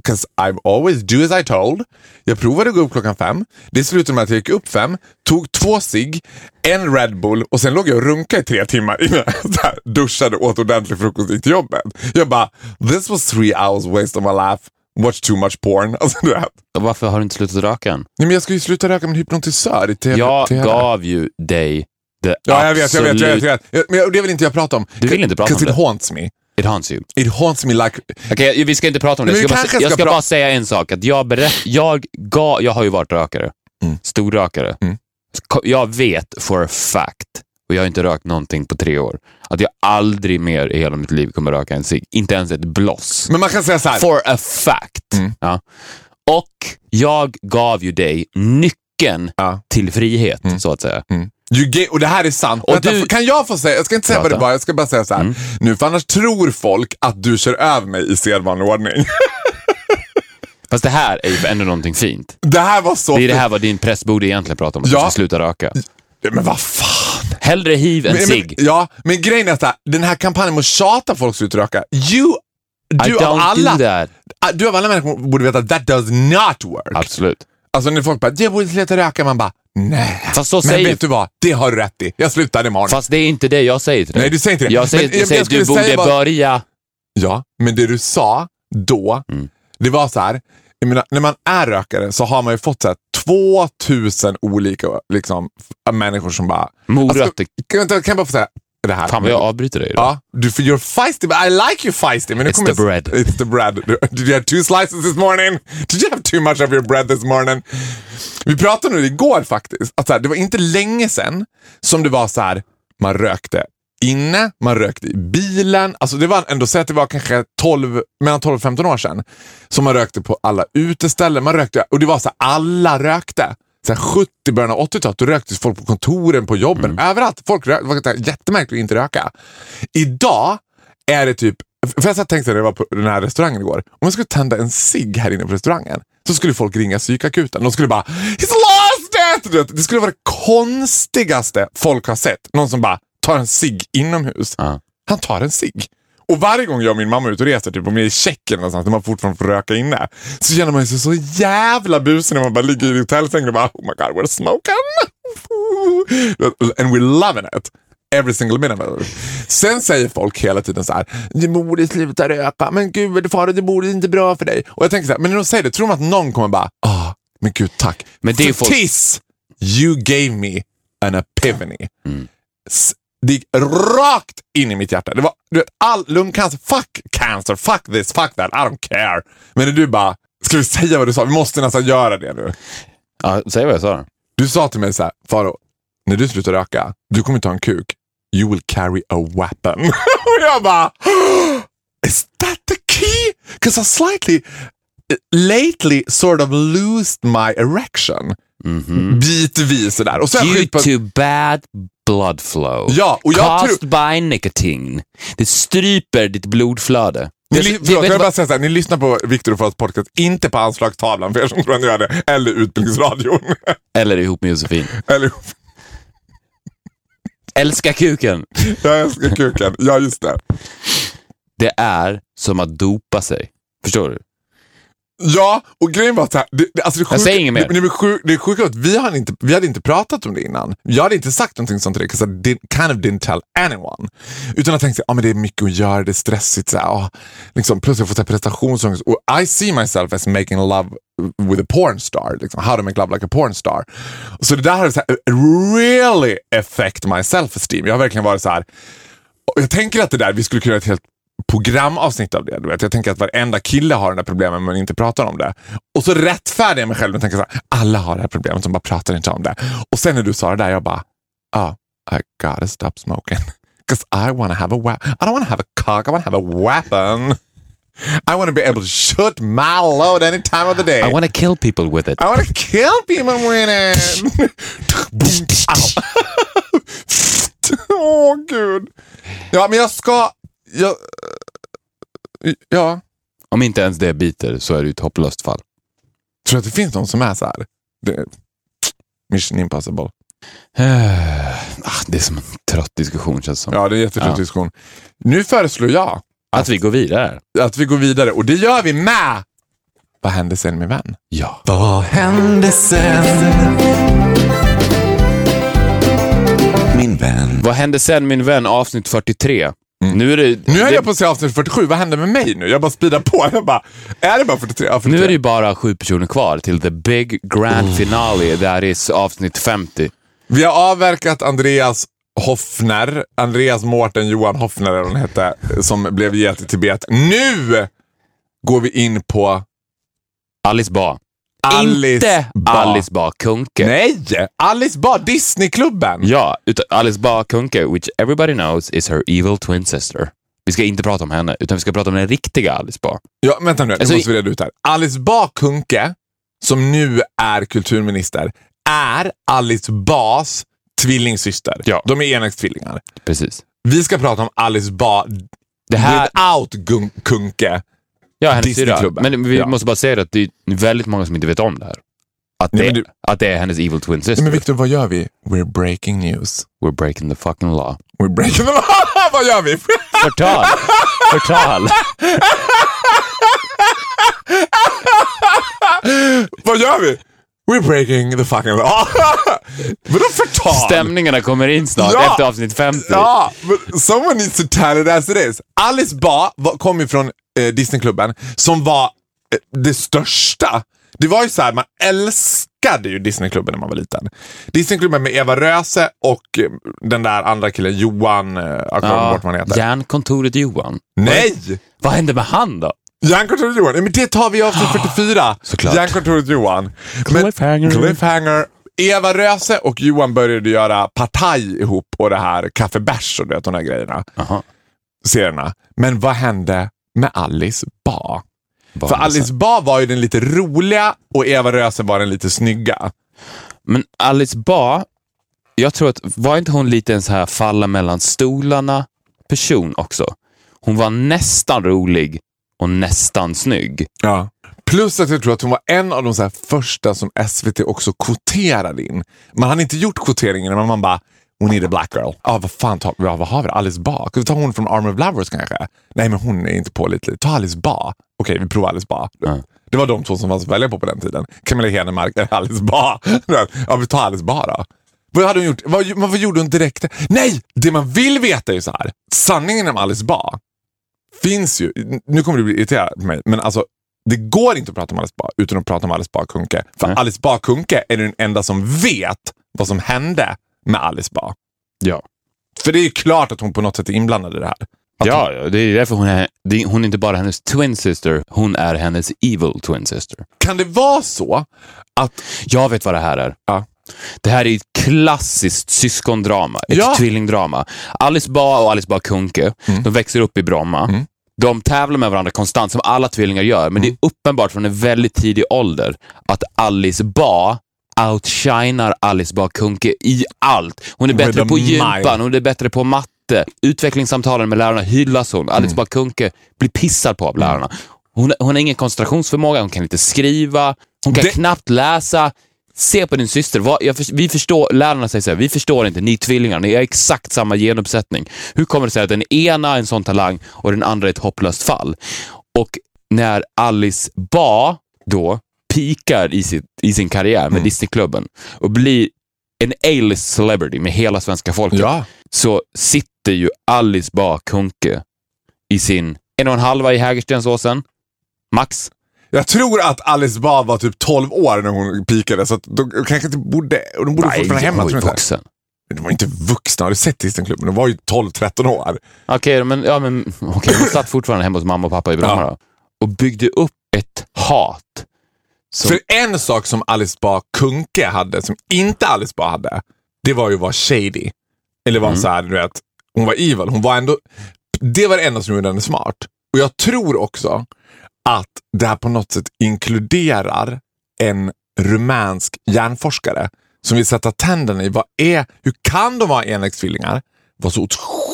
A: 'cause I always do as I told. Jag provade att gå upp klockan fem. Det slutade med att jag gick upp fem, tog två cigg, en Red Bull och sen låg jag och runkade i tre timmar innan jag så här duschade och åt ordentlig frukost och gick till jobbet. Jag bara, this was three hours waste of my life. Watch too much porn. Alltså, du vet.
B: Varför har du inte slutat röka än?
A: Nej, men jag ska ju sluta röka med en hypnotisör i TV.
B: Jag
A: TV.
B: gav ju dig det
A: Ja, jag vet, jag vet, jag vet. Jag
B: absolut-
A: vet. Jag, men jag- det vill inte jag prata om.
B: Du vill inte prata om
A: 'Cause
B: det.
A: it haunts me.
B: It haunts you.
A: It haunts me like...
B: Okej, vi ska inte prata om det.
A: Men vi
B: Jag ska, bara,
A: kanske
B: jag
A: ska
B: ska
A: pra-
B: bara säga en sak. Att jag, berätt, jag, gav, jag har ju varit rökare.
A: Mm.
B: Storrökare. Ko- Jag vet for a fact, och jag har inte rökt någonting på tre år, att jag aldrig mer i hela mitt liv kommer röka en cigg. Inte ens ett bloss.
A: Men man kan säga så här.
B: For a fact.
A: Mm.
B: Ja. Och jag gav ju dig nyckeln
A: Ja. Mm.
B: till frihet, så att säga.
A: You gay, och det här är sant.
B: Och
A: Vänta,
B: du-
A: f- Kan jag få säga? Jag ska inte säga vad det
B: Prata. Mm.
A: var, jag ska bara säga så här. Nu, för annars tror folk att du kör över mig i sedvanlig ordning.
B: Fast det här är ju ändå någonting fint.
A: Det här var så...
B: Det är det här vad din press borde egentligen prata om, att
A: Ja.
B: du ska sluta röka.
A: Men vad fan!
B: Hellre hiv än
A: Men, men,
B: cigg.
A: ja, men grejen är att det här- den här kampanjen mot att tjata folk slutar röka. You...
B: I
A: Du av,
B: don't do
A: alla, Ah,
B: that.
A: du av alla människor borde veta att that does not work.
B: Absolut.
A: Alltså när folk bara, jag borde sluta röka, man bara, nej.
B: Fast så
A: men
B: säger-
A: vet du vad, det har du rätt i. Jag slutar imorgon.
B: Fast det är inte det jag säger till dig.
A: Nej, du säger inte det.
B: Jag säger,
A: Men jag-
B: jag säger
A: jag
B: att du
A: skulle
B: borde
A: säga bara-
B: börja.
A: Ja, men det du sa då,
B: Mm.
A: det var så här. Jag menar, när man är rökare så har man ju fått så här 2000 olika liksom, f- människor som bara...
B: Morötter.
A: Alltså, kan, jag- kan jag bara få säga, det här.
B: Fan vad jag avbryter dig idag.
A: Ja, du, för you're feisty, but I like you feisty. Men nu
B: It's
A: kommer
B: the
A: jag-
B: bread.
A: It's the bread. Did you have two slices this morning? Did you have too much of your bread this morning? Vi pratade nu igår faktiskt, att så här, det var inte länge sedan som det var så här, man rökte inne, man rökte i bilen. Alltså det var ändå, säg att det var kanske 12, mellan 12 och 15 år sedan, som man rökte på alla uteställen. Man rökte, och det var så här, alla rökte. Sen 70, början av 80-talet, då röktes folk på kontoren, på jobben,
B: Mm.
A: överallt. Folk rökte, det var så här jättemärkligt att inte röka. Idag är det typ, för jag satt och tänkte när jag var på den här restaurangen igår, om jag skulle tända en cigg här inne på restaurangen så skulle folk ringa psykakuten. De skulle bara “He's lost it!” Du vet, Det skulle vara det konstigaste folk har sett. Någon som bara tar en cigg inomhus.
B: Ja.
A: Han tar en cigg. Och varje gång jag och min mamma är ute och reser, typ om vi är i Tjeckien någonstans, där man fortfarande får röka inne, så känner man sig så jävla busig när man bara ligger i hotellsängen och bara “Oh my god, we're smoking!” And we're loving it. Every single minute. of it. Sen säger folk hela tiden så här, du borde sluta röka, men gud fara, det borde inte bra för dig. Och jag tänker så här, men när de säger det, tror de att någon kommer bara, ah, men gud tack.
B: Men det är ju
A: För
B: folk-
A: Tiss, you gave me an epiphany. S- Det gick rakt in i mitt hjärta. Det var, du vet, all lungcancer, fuck cancer, fuck this, fuck that, I don't care. Men när du bara, ska vi säga vad du sa? Vi måste nästan göra det nu.
B: Ja, säg vad jag sa då.
A: Du sa till mig så här, Faro, när du slutar röka, du kommer ta en kuk. You will carry a weapon. Och jag bara, is that the key? Because I slightly, lately sort of loosed my erection. Bitvis sådär. Och sen
B: Due
A: skit på-
B: to bad blood flow.
A: Ja, och jag
B: Caused
A: tror...
B: by nicotine. Det stryper ditt blodflöde.
A: Ni,
B: Det-
A: ly-
B: det-
A: förlåt,
B: vet
A: jag
B: du
A: vill bara
B: vad-
A: säga så här, ni lyssnar på Viktor och Faros podcast, inte på Anslagstavlan för er som tror att ni gör det, eller Utbildningsradion.
B: Eller ihop med Josefin.
A: eller,
B: Älska kuken.
A: jag älskar kuken, ja just det.
B: Det är som att dopa sig. Förstår du?
A: Ja, och grejen var att så här, det, det, alltså det sjuka,
B: Jag säger inget mer.
A: Det, men det, sjuk, det sjuka var att vi hade, inte, vi hade inte pratat om det innan. Jag hade inte sagt någonting sånt till dig, 'cause I did, kind of didn't tell anyone. Utan jag tänkte att ah, men det är mycket att göra, det är stressigt. Så här, ah, liksom, plus jag får så här prestationsångest. Och I see myself as making love with a porn star. Liksom, how to make love like a porn star. Så det där har så här, eh, really affect my self-esteem. Jag har verkligen varit så här, och jag tänker att det där, vi skulle kunna göra ett helt programavsnitt av det. Du vet. Jag tänker att varenda kille har den där problemen men inte pratar om det. Och så rättfärdigar jag mig själv och tänker så här, alla har det här problemet, de bara pratar inte om det. Och sen när du sa det där, jag bara, ah, I gotta stop smoking. Cause I wanna have a weapon. I don't wanna have a cock, I wanna have a weapon. I wanna be able to shoot my load any time of the day.
B: I wanna kill people with it.
A: I wanna kill people with it! Åh gud. Ja, men jag ska... Jag, ja.
B: Om inte ens det biter så är det ju ett hopplöst fall.
A: Tror du att det finns någon som är så här? Det, mission impossible.
B: Eh, ah, Det är som en trött diskussion känns det som.
A: Ja, det är en jättetrött
B: Ja.
A: diskussion. Nu föreslår jag
B: Att vi går vidare.
A: att vi går vidare och det gör vi med... Vad hände sen med vän?
B: Ja.
D: Vad hände sen? Min vän.
B: Vad hände sen min vän? Avsnitt 43. Nu är det...
A: Mm. Nu höll
B: det-
A: jag på att säga avsnitt 47. Vad hände med mig nu? Jag bara speedar på. Jag bara, är det bara 43? Ja, 43.
B: Nu är det ju bara sju personer kvar till the big
A: Oh.
B: grand finale. Där är avsnitt 50.
A: Vi har avverkat Andreas Hoffner, Andreas Mårten Johan Hoffner eller vad han hette, som blev hjälte i Tibet. Nu går vi in på
B: Alice Ba.
A: Alice
B: inte
A: Ba.
B: Alice Ba Kuhnke.
A: Nej! Alice Bah, Disneyklubben!
B: Ja, utan Alice Bah Kuhnke, which everybody knows is her evil twin sister. Vi ska inte prata om henne, utan vi ska prata om den riktiga Alice Bah.
A: Ja, vänta nu,
B: Alltså,
A: nu måste vi reda ut det här. Alice Bah Kuhnke, som nu är kulturminister, är Alice Bahs tvillingsyster.
B: Ja.
A: De är enäggstvillingar.
B: Precis.
A: Vi ska prata om Alice Bah
B: Det här...
A: without Gun- Kuhnke.
B: Ja, hennes syrra.
A: Disneyklubben.
B: Men vi
A: Ja.
B: måste bara säga att det är väldigt många som inte vet om det här. Att det,
A: Nej, men du-
B: att det är hennes evil twin
A: Nej,
B: sister.
A: Men Victor, vad gör vi? We're breaking news.
B: We're breaking the fucking law.
A: We're breaking the law. Vad gör vi?
B: Förtal! Förtal!
A: Vad gör vi? We're breaking the fucking law. Vadå förtal?
B: Stämningarna kommer in snart
A: Ja.
B: efter avsnitt 50.
A: Ja, but someone needs to tell it as it is. Alice Ba var- kom ju från eh, Disneyklubben som var eh, det största. Det var ju så här, man älskade älskade ju Disneyklubben när man var liten. Disneyklubben med Eva Röse och eh, den där andra killen, Johan, eh, jag kommer inte bort vad han heter.
B: Järnkontoret Johan.
A: Nej!
B: Vad hände med han då?
A: Järnkontoret Johan, Nej, men det tar vi i avsnitt 44.
B: Ah, Såklart.
A: Järnkontoret Johan.
B: Cliffhanger.
A: Cliffhanger. Eva Röse och Johan började göra partaj ihop och det här kaffebärs och du vet, de här grejerna.
B: Jaha.
A: Serierna. Men vad hände med Alice Ba?
B: Vad
A: För
B: han sa.
A: Alice Ba var ju den lite roliga och Eva Röse var den lite snygga.
B: Men Alice Ba, jag tror att, var inte hon lite en så här falla mellan stolarna person också? Hon var nästan rolig och nästan snygg.
A: Ja. Plus att jag tror att hon var en av de så här första som SVT också kvoterade in. Man hade inte gjort kvoteringen, men man bara We need a black girl. Ja, vad fan tar, ja, vad har vi? Alice Ba? Ska vi ta hon från Arm of Lovers kanske? Nej, men hon är inte pålitlig. Ta Alice Ba. Okej, vi provar Alice Ba.
B: Ja.
A: Det var de två som fanns att välja på på den tiden. Camilla Henemark eller Alice Ba. Ja, vi tar Alice Ba då. Vad hade hon gjort? Vad, vad gjorde hon direkt? Nej! Det man vill veta är ju så här. Sanningen om Alice Ba finns ju, nu kommer du bli irriterad på mig, men alltså det går inte att prata om Alice Bah utan att prata om Alice Bah Kuhnke. För
B: Nej.
A: Alice Bah Kuhnke är den enda som vet vad som hände med Alice Bah.
B: Ja.
A: För det är ju klart att hon på något sätt är inblandad i det här. Att
B: Ja, ja, det är därför hon är, det är, hon är inte bara hennes twin sister, hon är hennes evil twin sister.
A: Kan det vara så att...
B: Jag vet vad det här är.
A: Ja.
B: Det här är ett klassiskt syskondrama, ett
A: Ja. Mm.
B: tvillingdrama. Alice Ba och Alice Bah Kuhnke, de växer upp i Bromma. De tävlar med varandra konstant, som alla tvillingar gör, men
A: Mm.
B: det är uppenbart från en väldigt tidig ålder att Alice Ba outshinar Alice Bah Kuhnke i allt. Hon är
A: With
B: bättre
A: a
B: på
A: mile.
B: gympan, hon är bättre på matte. Utvecklingssamtalen med lärarna hyllas hon. Alice Bah Kuhnke blir pissad på av lärarna. Hon, hon har ingen koncentrationsförmåga, hon kan inte skriva, hon kan
A: Det-
B: knappt läsa. Se på din syster. Vad, jag, förs- vi förstår, lärarna säger så här, vi förstår inte, ni är tvillingar, ni har exakt samma genuppsättning. Hur kommer det sig att den ena är en sån talang och den andra är ett hopplöst fall? Och när Alice Ba då pikar i, sitt, i sin karriär med Disneyklubben och blir en A-list celebrity med hela svenska folket, så sitter ju Alice Bah Kuhnke i sin en och en halva i Hägerstensåsen, max.
A: Jag tror att Alice Bah var typ 12 år när hon pikade, så att de kanske inte borde... och De borde fortfarande hemma,
B: hon
A: tror
B: är
A: jag inte.
B: vuxen.
A: Men De var inte vuxna, har du sett Disneyklubben? De var ju 12-13 år.
B: Okej, men, ja, men, okej, hon satt fortfarande hemma hos mamma och pappa i Bromma
A: Ja.
B: då, och byggde upp ett hat. Som,
A: För en sak som Alice Bah Kuhnke hade, som inte Alice Bah hade, det var ju att vara shady. Eller var så här, du vet, hon var evil. Hon var ändå, det var det enda som gjorde henne smart. Och jag tror också att det här på något sätt inkluderar en rumänsk hjärnforskare som vill sätta tänderna i vad är, hur kan de vara enäggstvillingar? Var så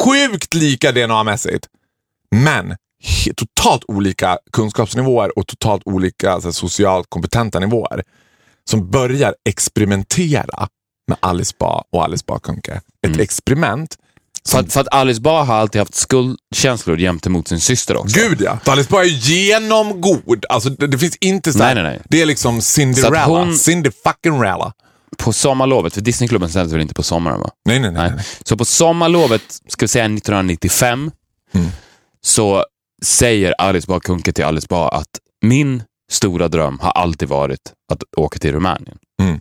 A: sjukt lika DNA-mässigt. Men he- totalt olika kunskapsnivåer och totalt olika så här, socialt kompetenta nivåer. Som börjar experimentera med Alice Bah och Alice Bah Kuhnke. Ett experiment.
B: för, att, för att Alice Bah har alltid haft skuldkänslor gentemot sin syster också.
A: Gud ja! För Alice Bah är genomgod. Alltså det, det finns inte så här,
B: Nej, nej, nej.
A: Det är liksom Cinderella.
B: Så att hon-
A: Cindy fucking Rella.
B: På sommarlovet, för Disneyklubben sänds väl inte på sommaren? Va?
A: Nej, nej, nej.
B: Nej.
A: nej.
B: Så på sommarlovet, ska vi säga 1995,
A: Mm.
B: så säger Alice Bah Kuhnke till Alice Bah att min stora dröm har alltid varit att åka till Rumänien.
A: Mm.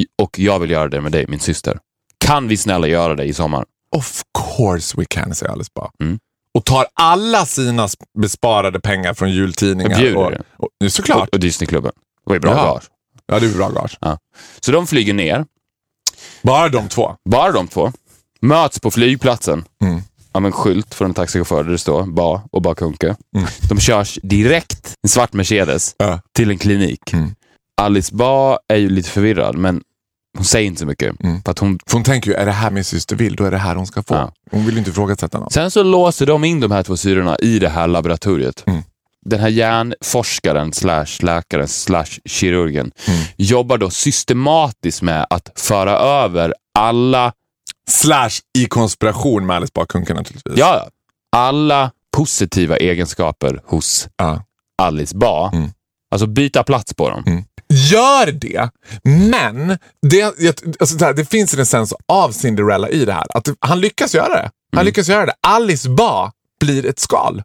B: I- Och jag vill göra det med dig, min syster. Kan vi snälla göra det i sommar?
A: Of course we can, säger Alice Bah.
B: Mm.
A: Och tar alla sina s- besparade pengar från
B: Jag
A: jultidningar.
B: bjuder
A: Och,
B: det.
A: och, och, såklart.
B: Och, och Disneyklubben. Det var ju bra
A: Ja.
B: gage.
A: Ja, det är bra gage.
B: Så de flyger ner,
A: Bara de två.
B: bara de två, möts på flygplatsen
A: Mm.
B: av en skylt från en taxichaufför där det står Ba och Bah Kuhnke.
A: Mm.
B: De körs direkt, en svart Mercedes,
A: Ja.
B: till en klinik.
A: Mm.
B: Alice Ba är ju lite förvirrad, men hon säger inte så mycket.
A: Mm.
B: För att hon,
A: För hon tänker ju, är det här min syster vill, då är det här hon ska få.
B: Ja.
A: Hon vill ju inte ifrågasätta någon.
B: sen så låser de in de här två syrorna i det här laboratoriet.
A: Mm.
B: Den här hjärnforskaren slash läkaren slash kirurgen
A: Mm.
B: jobbar då systematiskt med att föra över alla
A: Slash i konspiration med Alice Bah Kuhnke naturligtvis.
B: Ja, ja. alla positiva egenskaper hos
A: Ja.
B: Alice Ba.
A: Mm.
B: Alltså byta plats på dem.
A: Gör det, men det, jag, alltså det, här, det finns en essens av Mm. Cinderella i det här. Att det, han lyckas göra det. Han lyckas göra det. Alice Bah blir ett skal.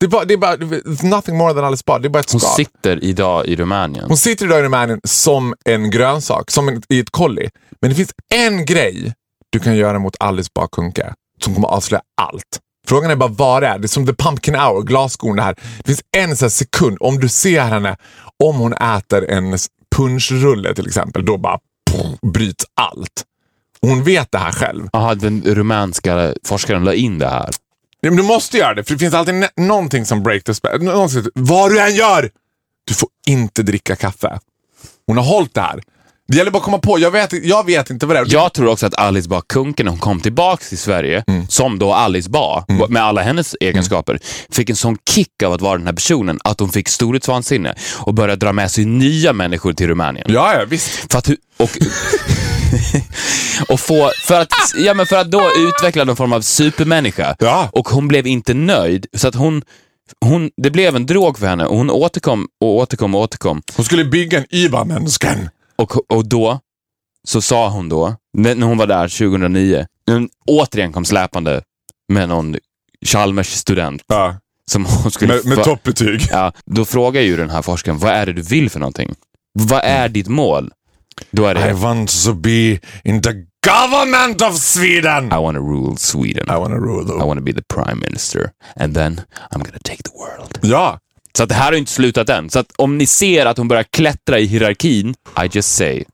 A: Det är bara, det är bara, it's nothing more than Alice Bah. Det är bara ett
B: Hon
A: skal.
B: sitter idag i Rumänien.
A: Hon sitter idag i Rumänien som en grönsak, som en, i ett kolli. Men det finns en grej du kan göra mot Alice Bah Kuhnke som kommer avslöja allt. Frågan är bara vad det är. Det är som the pumpkin hour, glasskon det här. Det finns en sån här sekund, om du ser henne, om hon äter en s- punschrulle till exempel, då bara pff, bryts allt. Hon vet det här själv.
B: Aha, den rumänska forskaren la in det här.
A: Ja, men du måste göra det, för det finns alltid nä- någonting som break the spell. Någonsin, vad du än gör, du får inte dricka kaffe. Hon har hållit det här. Det gäller bara att komma på. Jag vet, jag vet inte vad det är.
B: Jag tror också att Alice Bah Kuhnke när hon kom tillbaks till Sverige, som då Alice Bah, med alla hennes egenskaper, fick en sån kick av att vara den här personen att hon fick storhetsvansinne och började dra med sig nya människor till Rumänien.
A: Ja, ja, visst.
B: För att, hu- och, och få, för att, ja men för att då utveckla någon form av supermänniska.
A: Ja.
B: Och hon blev inte nöjd, så att hon, hon, det blev en drog för henne och hon återkom och återkom och återkom.
A: Hon skulle bygga en IBA-människan.
B: Och, och då så sa hon då, när när hon var där 2009, när hon återigen kom släpande med någon Chalmers-student
A: Ja,
B: som hon skulle...
A: med, med
B: fa-
A: toppbetyg.
B: ja, då frågar ju den här forskaren, vad är det du vill för någonting? Vad är ditt mål? Då är det,
A: Mm. I want to be in the government of Sweden.
B: I wanna rule Sweden.
A: I wanna rule the
B: I wanna be the prime minister. And then I'm gonna take the world.
A: Ja,
B: Så att det här har ju inte slutat än. Så att om ni ser att hon börjar klättra i hierarkin, I just say.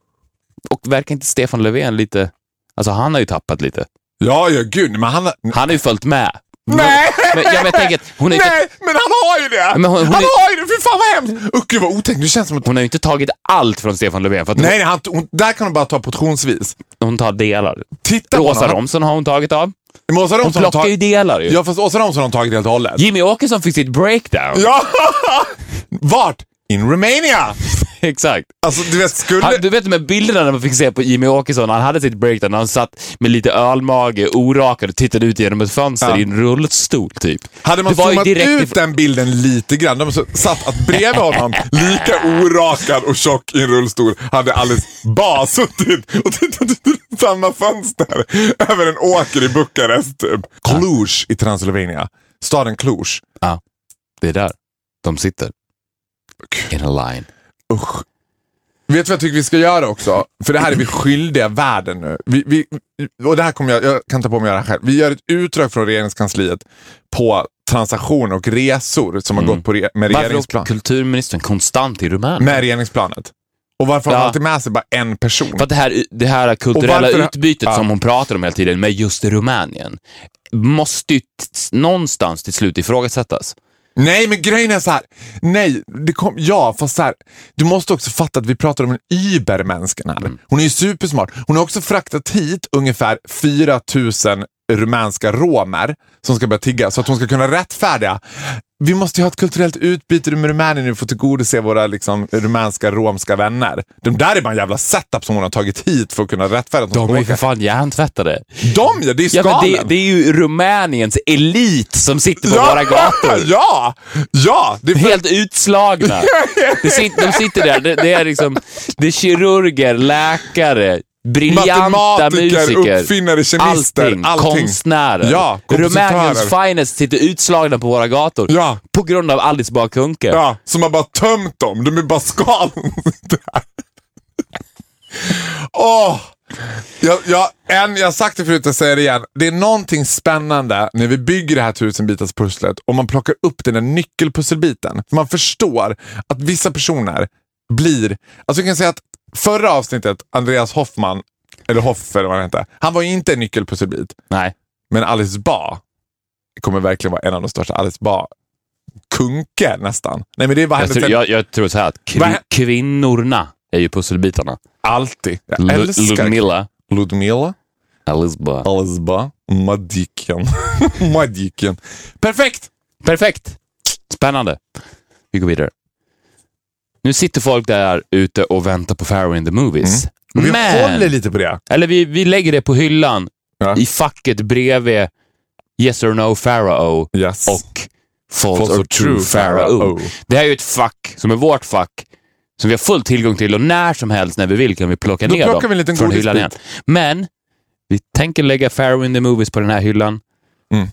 B: Och verkar inte Stefan Löfven lite... Alltså han har ju tappat lite.
A: ja, ja, gud. Men han,
B: Han har ju följt med.
A: Nej!
B: Men, ja, men jag tänker att hon har, ju inte,
A: nej, men han har ju det!
B: Men hon- hon
A: han
B: är-
A: har ju det! Fy fan vad hemskt! Usch, gud vad otänkt. Det känns som att...
B: hon har ju inte tagit allt från Stefan Löfven, för att
A: Nej, nej han, hon, där kan hon bara ta portionsvis.
B: hon, hon tar delar.
A: Titta på
B: Åsa
A: honom.
B: Romson har hon tagit av.
A: Men Åsa
B: Hon
A: Romson har
B: plockar ju
A: tagit...
B: delar ju.
A: Ja, fast Åsa Romson har tagit helt och hållet.
B: Jimmy Åkesson fick sitt breakdown.
A: Ja! Vart? In Romania!
B: Exakt.
A: Alltså, du vet, skulle...
B: Han, du vet de här bilderna när man fick se på Jimmy Åkesson, han hade sitt breakdown, han satt med lite ölmage, orakad och tittade ut genom ett fönster
A: Ja.
B: i en rullstol typ.
A: Hade man
B: Det var ju
A: zoomat ut
B: direkt ifrån-
A: den bilden lite grann, de så- satt att bredvid honom, lika orakad och tjock i en rullstol, hade Alice Bah suttit och tittat ut ur samma fönster över en åker i Bukarest. Typ. Cluj i Transylvania. Staden Cluj.
B: Det är där de sitter. In a line.
A: Usch. Vet du vad jag tycker vi ska göra också? För det här är vi skyldiga världen nu. Vi, vi, och det här kommer jag, jag kan ta på mig att göra själv. Vi gör ett utdrag från regeringskansliet på transaktioner och resor som har gått på re, med,
B: Mm. Varför åker
A: regeringsplan,
B: kulturministern konstant i Rumänien?
A: med regeringsplanet. Och varför har
B: Ja.
A: man alltid med sig bara en person?
B: För att det här, det här kulturella
A: Och varför-
B: utbytet
A: Ja.
B: som hon pratar om hela tiden med just Rumänien måste ju t- någonstans till slut ifrågasättas.
A: Nej, men grejen är så här. Nej, det kom, ja, fast så här. Du måste också fatta att vi pratar om en übermänskan här.
B: Mm.
A: Hon är ju supersmart. Hon har också fraktat hit ungefär 4000 rumänska romer som ska börja tigga så att hon ska kunna rättfärdiga. Vi måste ju ha ett kulturellt utbyte med Rumänien nu för att tillgodose våra liksom, rumänska romska vänner. De där är bara en jävla setup som hon har tagit hit för att kunna rättfärdiga att hon
B: De
A: ska
B: är ju för
A: åka.
B: fan hjärntvättade.
A: De ja, det är
B: Ja,
A: skalen.
B: men det, det är ju Rumäniens elit som sitter på våra gator.
A: Ja, ja, det är för-
B: Helt utslagna. Det sit, de sitter där. Det, det, är liksom, det är kirurger, läkare, briljanta
A: Matematiker,
B: musiker.
A: uppfinnare, kemister,
B: allting,
A: allting.
B: Konstnärer.
A: Ja, kompositörer.
B: Rumäniens finest sitter utslagna på våra gator.
A: Ja.
B: På grund av Alice Bah Kuhnke.
A: Ja, som har bara tömt dem. De är bara skal. Där. Åh! Jag, jag, en, jag har sagt det förut, jag säger det igen. Det är någonting spännande när vi bygger det här tusenbitarspusslet och man plockar upp den där nyckelpusselbiten. Man förstår att vissa personer blir... Alltså jag kan säga att förra avsnittet, Andreas Hoffman, eller Hoff eller vad han hette, han var ju inte en nyckelpusselbit.
B: Nej.
A: Men Alice Ba kommer verkligen vara en av de största. Alice Ba Kunke nästan. Nej men det är vad
B: Jag
A: hennes...
B: tror, jag, jag tror så här att
A: Vad
B: kvi,
A: hä-
B: kvinnorna är ju pusselbitarna.
A: Alltid. Jag
B: Lu-
A: älskar
B: Ludmilla,
A: Ludmilla.
B: Alice Bah.
A: Alice Ba. Madicken. Madicken. Perfekt!
B: Perfekt! Spännande. Vi går vidare. Nu sitter folk där ute och väntar på Farrow in the Movies.
A: Och Mm. vi håller
B: Men,
A: lite på det.
B: eller vi, vi lägger det på hyllan
A: Ja.
B: i facket bredvid Yes or No Pharaoh
A: Yes.
B: och False, or True Pharaoh. Det här är ju ett fack som är vårt fack som vi har full tillgång till och när som helst när vi vill kan vi plocka
A: Då
B: ner
A: plockar
B: dem
A: vi en liten
B: från
A: godisbit.
B: hyllan igen. Men vi tänker lägga Pharaoh in the Movies på den här hyllan.
A: Mm.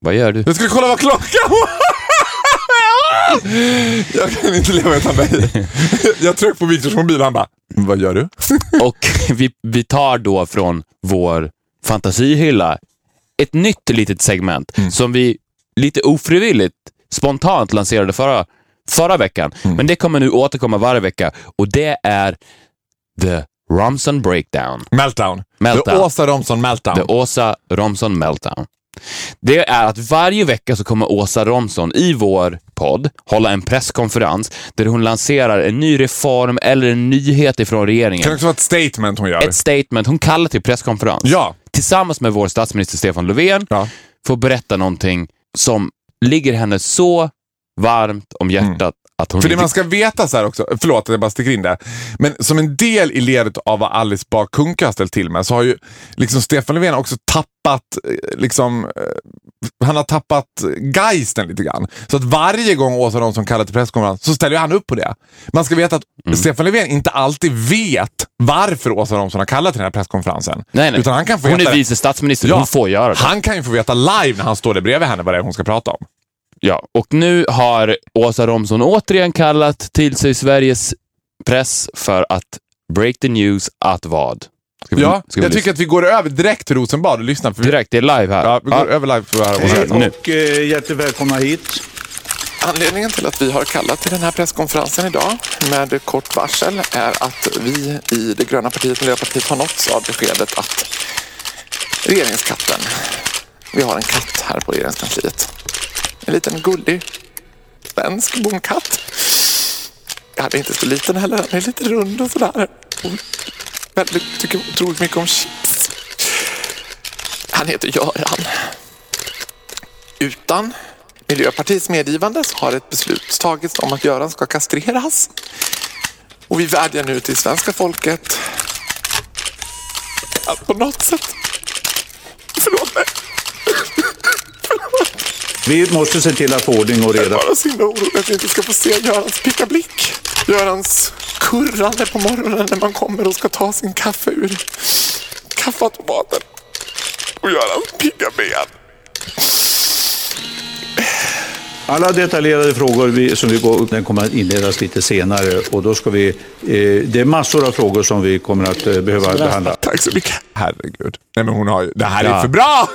B: Vad gör du?
A: Jag skulle kolla vad klockan var. Jag kan inte leva utan dig. Jag tryckte på Viktors mobil och han bara, vad gör du?
B: Och vi, vi tar då från vår fantasihylla ett nytt litet segment som vi lite ofrivilligt, spontant lanserade förra, förra veckan. Men det kommer nu återkomma varje vecka och det är The Romson Breakdown.
A: Meltdown.
B: Meltdown.
A: Det är Åsa Romson Meltdown.
B: The Åsa Romson Meltdown. Det är att varje vecka så kommer Åsa Romson i vår podd hålla en presskonferens där hon lanserar en ny reform eller en nyhet ifrån regeringen.
A: Det kan också vara ett statement hon gör.
B: ett statement. Hon kallar till presskonferens.
A: Ja.
B: Tillsammans med vår statsminister Stefan Löfven
A: Ja.
B: får berätta någonting som ligger henne så varmt om hjärtat att hon
A: Mm. För det
B: inte-
A: man ska veta så här också, förlåt att jag bara sticker in där, men som en del i ledet av vad Alice Bah Kuhnke har ställt till med så har ju liksom Stefan Löfven också tappat, eh, liksom, eh, han har tappat geisten lite grann. Så att varje gång Åsa Romson kallar till presskonferens så ställer ju han upp på det. Man ska veta att
B: Mm.
A: Stefan Löfven inte alltid vet varför Åsa Romson har kallat till den här presskonferensen.
B: nej, nej.
A: Utan han kan få
B: hon
A: veta
B: är
A: det.
B: vice statsminister, hon får göra det.
A: Han kan ju få veta live när han står där bredvid henne vad det är hon ska prata om.
B: Ja, och nu har Åsa Romson återigen kallat till sig Sveriges press för att break the news att vad? Ska vi-
A: Ja,
B: ska vi
A: jag
B: lyssna?
A: tycker att vi går över direkt till Rosenbad och lyssnar. För vi-
B: Direkt, det är live här.
A: Ja, vi går
B: Ja,
A: över live för det här.
B: Hej. Nu.
E: Och eh, jättevälkomna hit.
F: Anledningen till att vi har kallat till den här presskonferensen idag med kort varsel är att vi i det gröna partiet Miljöpartiet har nåtts av beskedet att regeringskatten, vi har en katt här på regeringskansliet, en liten gullig svensk bonkatt. Han är inte så liten heller, han är lite rund och sådär. Och väldigt, tycker otroligt mycket om chips. Han heter Göran. Utan Miljöpartiets medgivande så har ett beslut tagits om att Göran ska kastreras. Och vi vädjar nu till svenska folket att på något sätt... Förlåt mig,
E: Vi måste se till att få ordning och
F: jag är
E: reda.
F: bara så himla orolig att vi inte ska få se Görans pigga blick. Görans kurrande på morgonen när man kommer och ska ta sin kaffe ur kaffeautomaten. Och Görans pigga ben.
E: Alla detaljerade frågor vi, som vi går, den kommer att inledas lite senare och då ska vi... Eh, det är massor av frågor som vi kommer att eh, behöva behandla.
A: Tack så mycket. Herregud. Nej, men hon har ju... Det här
B: Ja.
A: är för bra!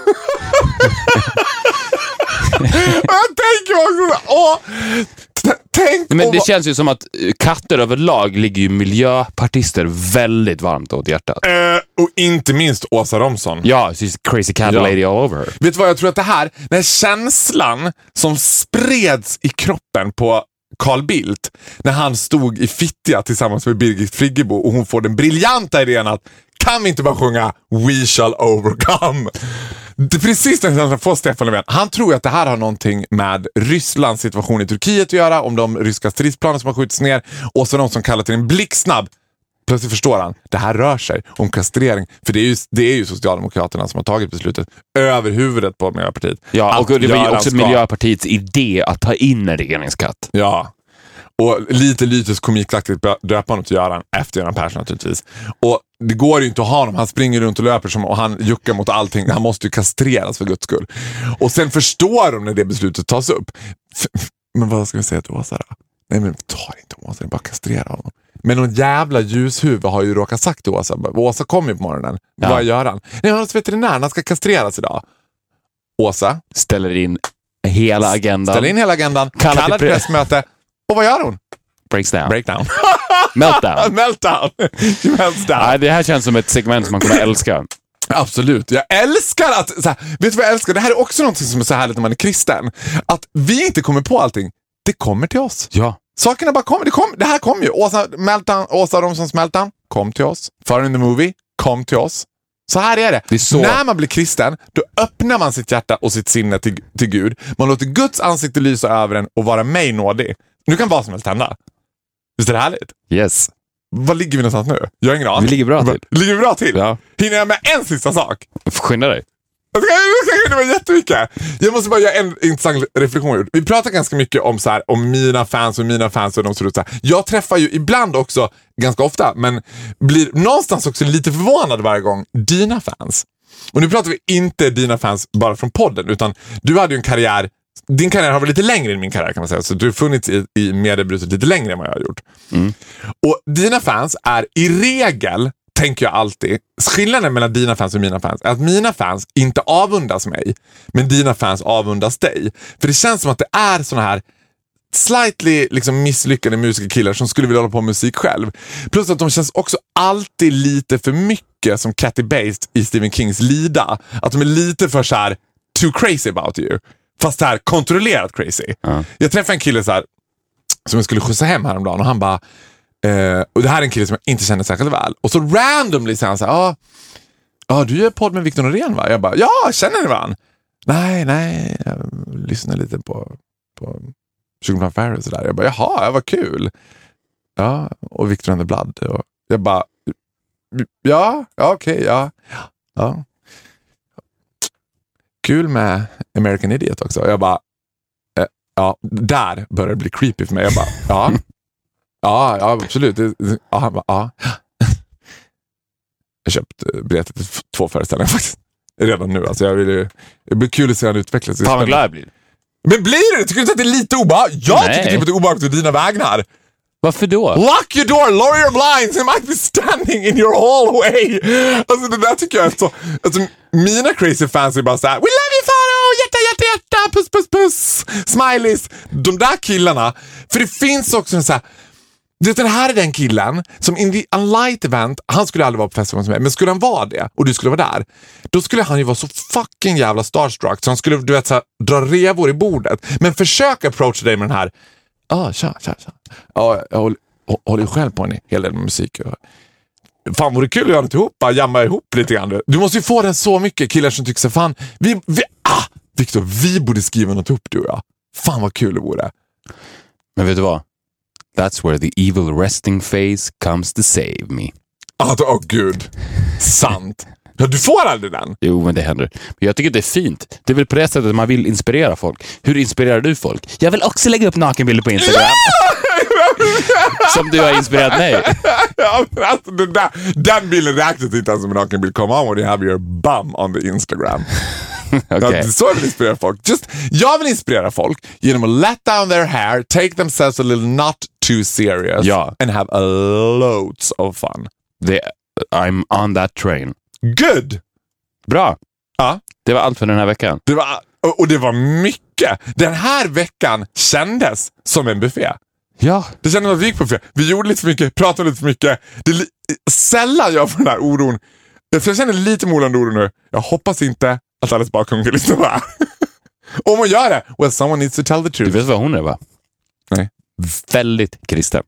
A: jag tänker också så- åh, t- Tänk
B: Men
A: om...
B: det känns ju som att eh, katter överlag ligger ju miljöpartister väldigt varmt åt hjärtat.
A: Eh, och inte minst Åsa Romson.
B: Ja, she's a crazy cat
A: Ja.
B: lady all over. her.
A: Vet du vad jag tror att det här, den här känslan som spreds i kroppen på Carl Bildt när han stod i Fittja tillsammans med Birgit Friggebo och hon får den briljanta idén att kan vi inte bara sjunga We shall overcome? Det är precis den känslan får Stefan Löfven. Han tror ju att det här har någonting med Rysslands situation i Turkiet att göra, om de ryska stridsplanen som har skjutits ner och så de som kallar till en blixtsnabb Plötsligt förstår han, det här rör sig om kastrering. För det är ju, det är ju Socialdemokraterna som har tagit beslutet över huvudet på Miljöpartiet.
B: Ja,
A: Att
B: och det var ju
A: Göran
B: också
A: ska-
B: Miljöpartiets idé att ta in en regeringskatt.
A: Ja. Och lite lyteskomikaktigt döpa honom till Göran, efter Göran Persson naturligtvis. Och det går ju inte att ha honom, han springer runt och löper som, och han juckar mot allting. Han måste ju kastreras för guds skull. Och sen förstår de när det beslutet tas upp. F- Men vad ska vi säga till Åsa då? Nej men ta det inte om Åsa, det är bara att kastrera honom. Men någon jävla ljushuvud har ju råkat sagt till Åsa, Åsa kom ju på morgonen,
B: Ja.
A: vad gör han? Nej, han är hos veterinären, han ska kastreras idag. Åsa,
B: Ställer in hela agendan.
A: ställer in hela agendan,
B: Kallar till
A: kallar till
B: pre-
A: pressmöte. Och vad gör hon?
B: Breaks down.
A: Breakdown.
B: Meltdown.
A: Meltdown! You meltdown.
B: Nej, det här känns som ett segment som man kommer älska.
A: Absolut. Jag älskar att... Så här, vet du vad jag älskar? Det här är också något som är så härligt när man är kristen. Att vi inte kommer på allting. Det kommer till oss.
B: Ja.
A: Sakerna bara kommer. Det, kom, det här kom ju. Åsa, meltdown, Åsa Romsons Meltdown kom till oss. Far in the movie kom till oss. Så här är det.
B: Det är så-
A: När man blir kristen, då öppnar man sitt hjärta och sitt sinne till, till Gud. Man låter Guds ansikte lysa över en och vara mig nådig. Nu kan vad som helst hända. Visst är det härligt?
B: Yes.
A: Var ligger vi någonstans nu? Jag har ingen aning.
B: Vi ligger bra till.
A: Ligger vi bra till?
B: Ja.
A: Hinner jag med en sista sak?
B: Skynda dig.
A: Jag ska- jag ska hinna med jättemycket. Jag måste bara göra en intressant reflektion. jag gjort. Vi pratar ganska mycket om, så här, om mina fans och mina fans och de ser ut så här. Jag träffar ju ibland också, ganska ofta, men blir någonstans också lite förvånad varje gång, dina fans. Och nu pratar vi inte dina fans bara från podden, utan du hade ju en karriär din karriär har varit lite längre än min karriär kan man säga. Så du har funnits i, i mediebruset lite längre än vad jag har gjort. Och dina fans är i regel, tänker jag alltid, skillnaden mellan dina fans och mina fans är att mina fans inte avundas mig, men dina fans avundas dig. För det känns som att det är såna här slightly liksom misslyckade musikerkillar som skulle vilja hålla på med musik själv. Plus att de känns också alltid lite för mycket som Kathy Bates i Stephen Kings Lida. Att de är lite för så här too crazy about you. Fast så här kontrollerat crazy. Jag träffade en kille så här, som jag skulle skjutsa hem häromdagen och han bara, eh, och det här är en kille som jag inte känner särskilt väl. Och så randomly säger han så här, ah, Ja, du gör podd med Victor Norén va? Jag bara, ja, känner ni varandra? Nej, nej, jag lyssnar lite på, på Sugar Plum Fairy och sådär. Jag bara, jaha, ja, vad kul. Ja, och Victor and the Blood. Och jag bara, ja, ja okej, ja, ja. Kul med American Idiot också. Jag bara, eh, ja, där börjar det bli creepy för mig. Jag bara, ja, ja, ja absolut. Det- det- Ja, han bara, ja. Jag har köpt eh, biljetter till f- två föreställningar faktiskt. Redan nu alltså. Jag vill ju, det blir kul att se han utvecklas. Det är
B: Fan
A: spännande.
B: vad glad jag blir.
A: Men blir det? Tycker du inte att det är lite obehagligt? Jag
B: Nej.
A: tycker typ att det är obehagligt på dina vägnar.
B: Varför då?
A: Lock your door, lower your blinds, it might be standing in your hallway. Alltså det där tycker jag är så... Alltså, mina crazy fans är bara så här, we love you Farao, hjärta, hjärta, hjärta, puss, puss, puss, smileys. De där killarna, för det finns också en så här... Du vet, den här är den killen som in the unlight event, han skulle aldrig vara på festivalen som mig, men skulle han vara det och du skulle vara där, då skulle han ju vara så fucking jävla starstruck så han skulle du vet, så här, dra revor i bordet. Men försök approacha dig med den här, ja, ah, tja, tja, tja. Ja, jag håller, hå- håller ju själv på en hel del med musik. och- Fan vore kul att göra något ihop, bara jamma ihop lite grann. du. Du måste ju få den så mycket, killar som tycker så här, fan, vi, vi, ah, Viktor, vi borde skriva något ihop du och jag. Fan vad kul det vore.
B: Men vet du vad? That's where the evil resting face comes to save me.
A: Ah, Åh gud, sant. Ja, du får aldrig den.
B: Jo, men det händer. Men jag tycker det är fint. Det är väl på det sättet man vill inspirera folk. Hur inspirerar du folk? Jag vill också lägga upp nakenbilder på Instagram. Som du har inspirerat mig.
A: Ja, men alltså, den, där, den bilden räknas inte ens som en nakenbild. Come on when you have your bum on the Instagram.
B: Okej.
A: Ja, så jag vill inspirera folk. Just, jag vill inspirera folk genom att let down their hair, take themselves a little not too serious
B: Ja.
A: and have a loads of fun.
B: Det- I'm on that train.
A: Good!
B: Bra.
A: Ja.
B: Det var allt för den här veckan.
A: Det var, och och det var mycket. Den här veckan kändes som en buffé.
B: Ja.
A: Det kändes som att vi gick på buffé. Vi gjorde lite för mycket, pratade lite för mycket. Det är li- sällan jag får den här oron. För jag känner lite molande oro nu. Jag hoppas inte att Alice Bah Kuhnke lyssnar på det här. Om hon gör det, well someone needs to tell the
B: Du
A: truth.
B: vet vad hon är va?
A: Nej.
B: Väldigt kristen.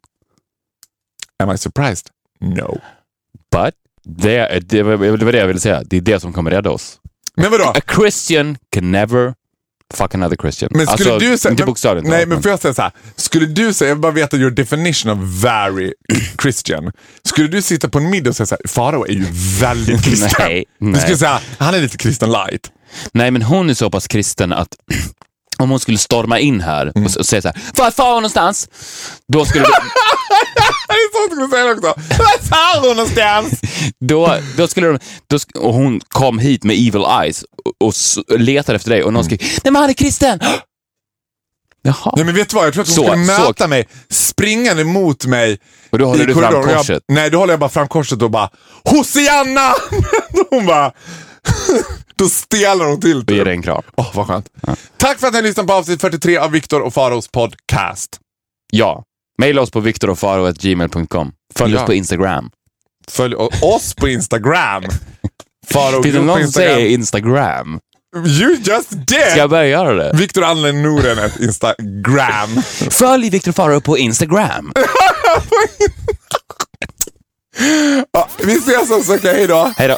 A: Am I surprised? No.
B: But det, det, var- det var det jag ville säga. Det är det som kommer rädda oss.
A: Men vadå?
B: A Christian can never fuck another Christian.
A: Men skulle
B: alltså,
A: du säga...
B: inte
A: men-
B: bokstavligt
A: Nej,
B: talat,
A: men får jag säga så här. Skulle du säga, jag vill bara veta your definition of very Christian. Skulle du sitta på en middag och säga så här, Farao är ju väldigt kristen.
B: Nej,
A: Du
B: nej.
A: skulle säga, han är lite kristen light.
B: Nej, men hon är så pass kristen att om hon skulle storma in här och,
A: Mm.
B: s- och säga så här, var far hon någonstans? Då skulle, de,
A: Det är så jag skulle säga det också. Vad sa hon någonstans?
B: då, då skulle de, då, sk- och hon kom hit med evil eyes och, och s- letade efter dig och
A: Mm.
B: någon skrek, nej men han är kristen! Jaha.
A: Nej men vet du vad, jag tror att hon
B: Så,
A: skulle
B: så.
A: möta mig springande mot mig
B: Och då håller
A: i
B: du fram
A: korridoren.
B: korset.
A: Jag, nej, då håller jag bara fram korset och bara Hosianna! hon bara... då stelar hon till.
B: Vi
A: typ.
B: ger dig en kram.
A: Åh, vad skönt. Tack för att ni har lyssnat på avsnitt 43 av Viktor och Faros podcast.
B: Ja. Maila oss på viktorochfaro.gmail.com. Följ
A: Ja.
B: oss på Instagram.
A: Följ o- oss på Instagram. Faro
B: Finns det
A: Group på
B: någon som
A: Instagram.
B: säger Instagram?
A: You just did!
B: Ska jag börja göra det?
A: Viktor använder Noren ett Instagram.
B: Följ Viktor Faro på Instagram.
A: Ja, vi ses alltså, okej hej då.
B: Hej då.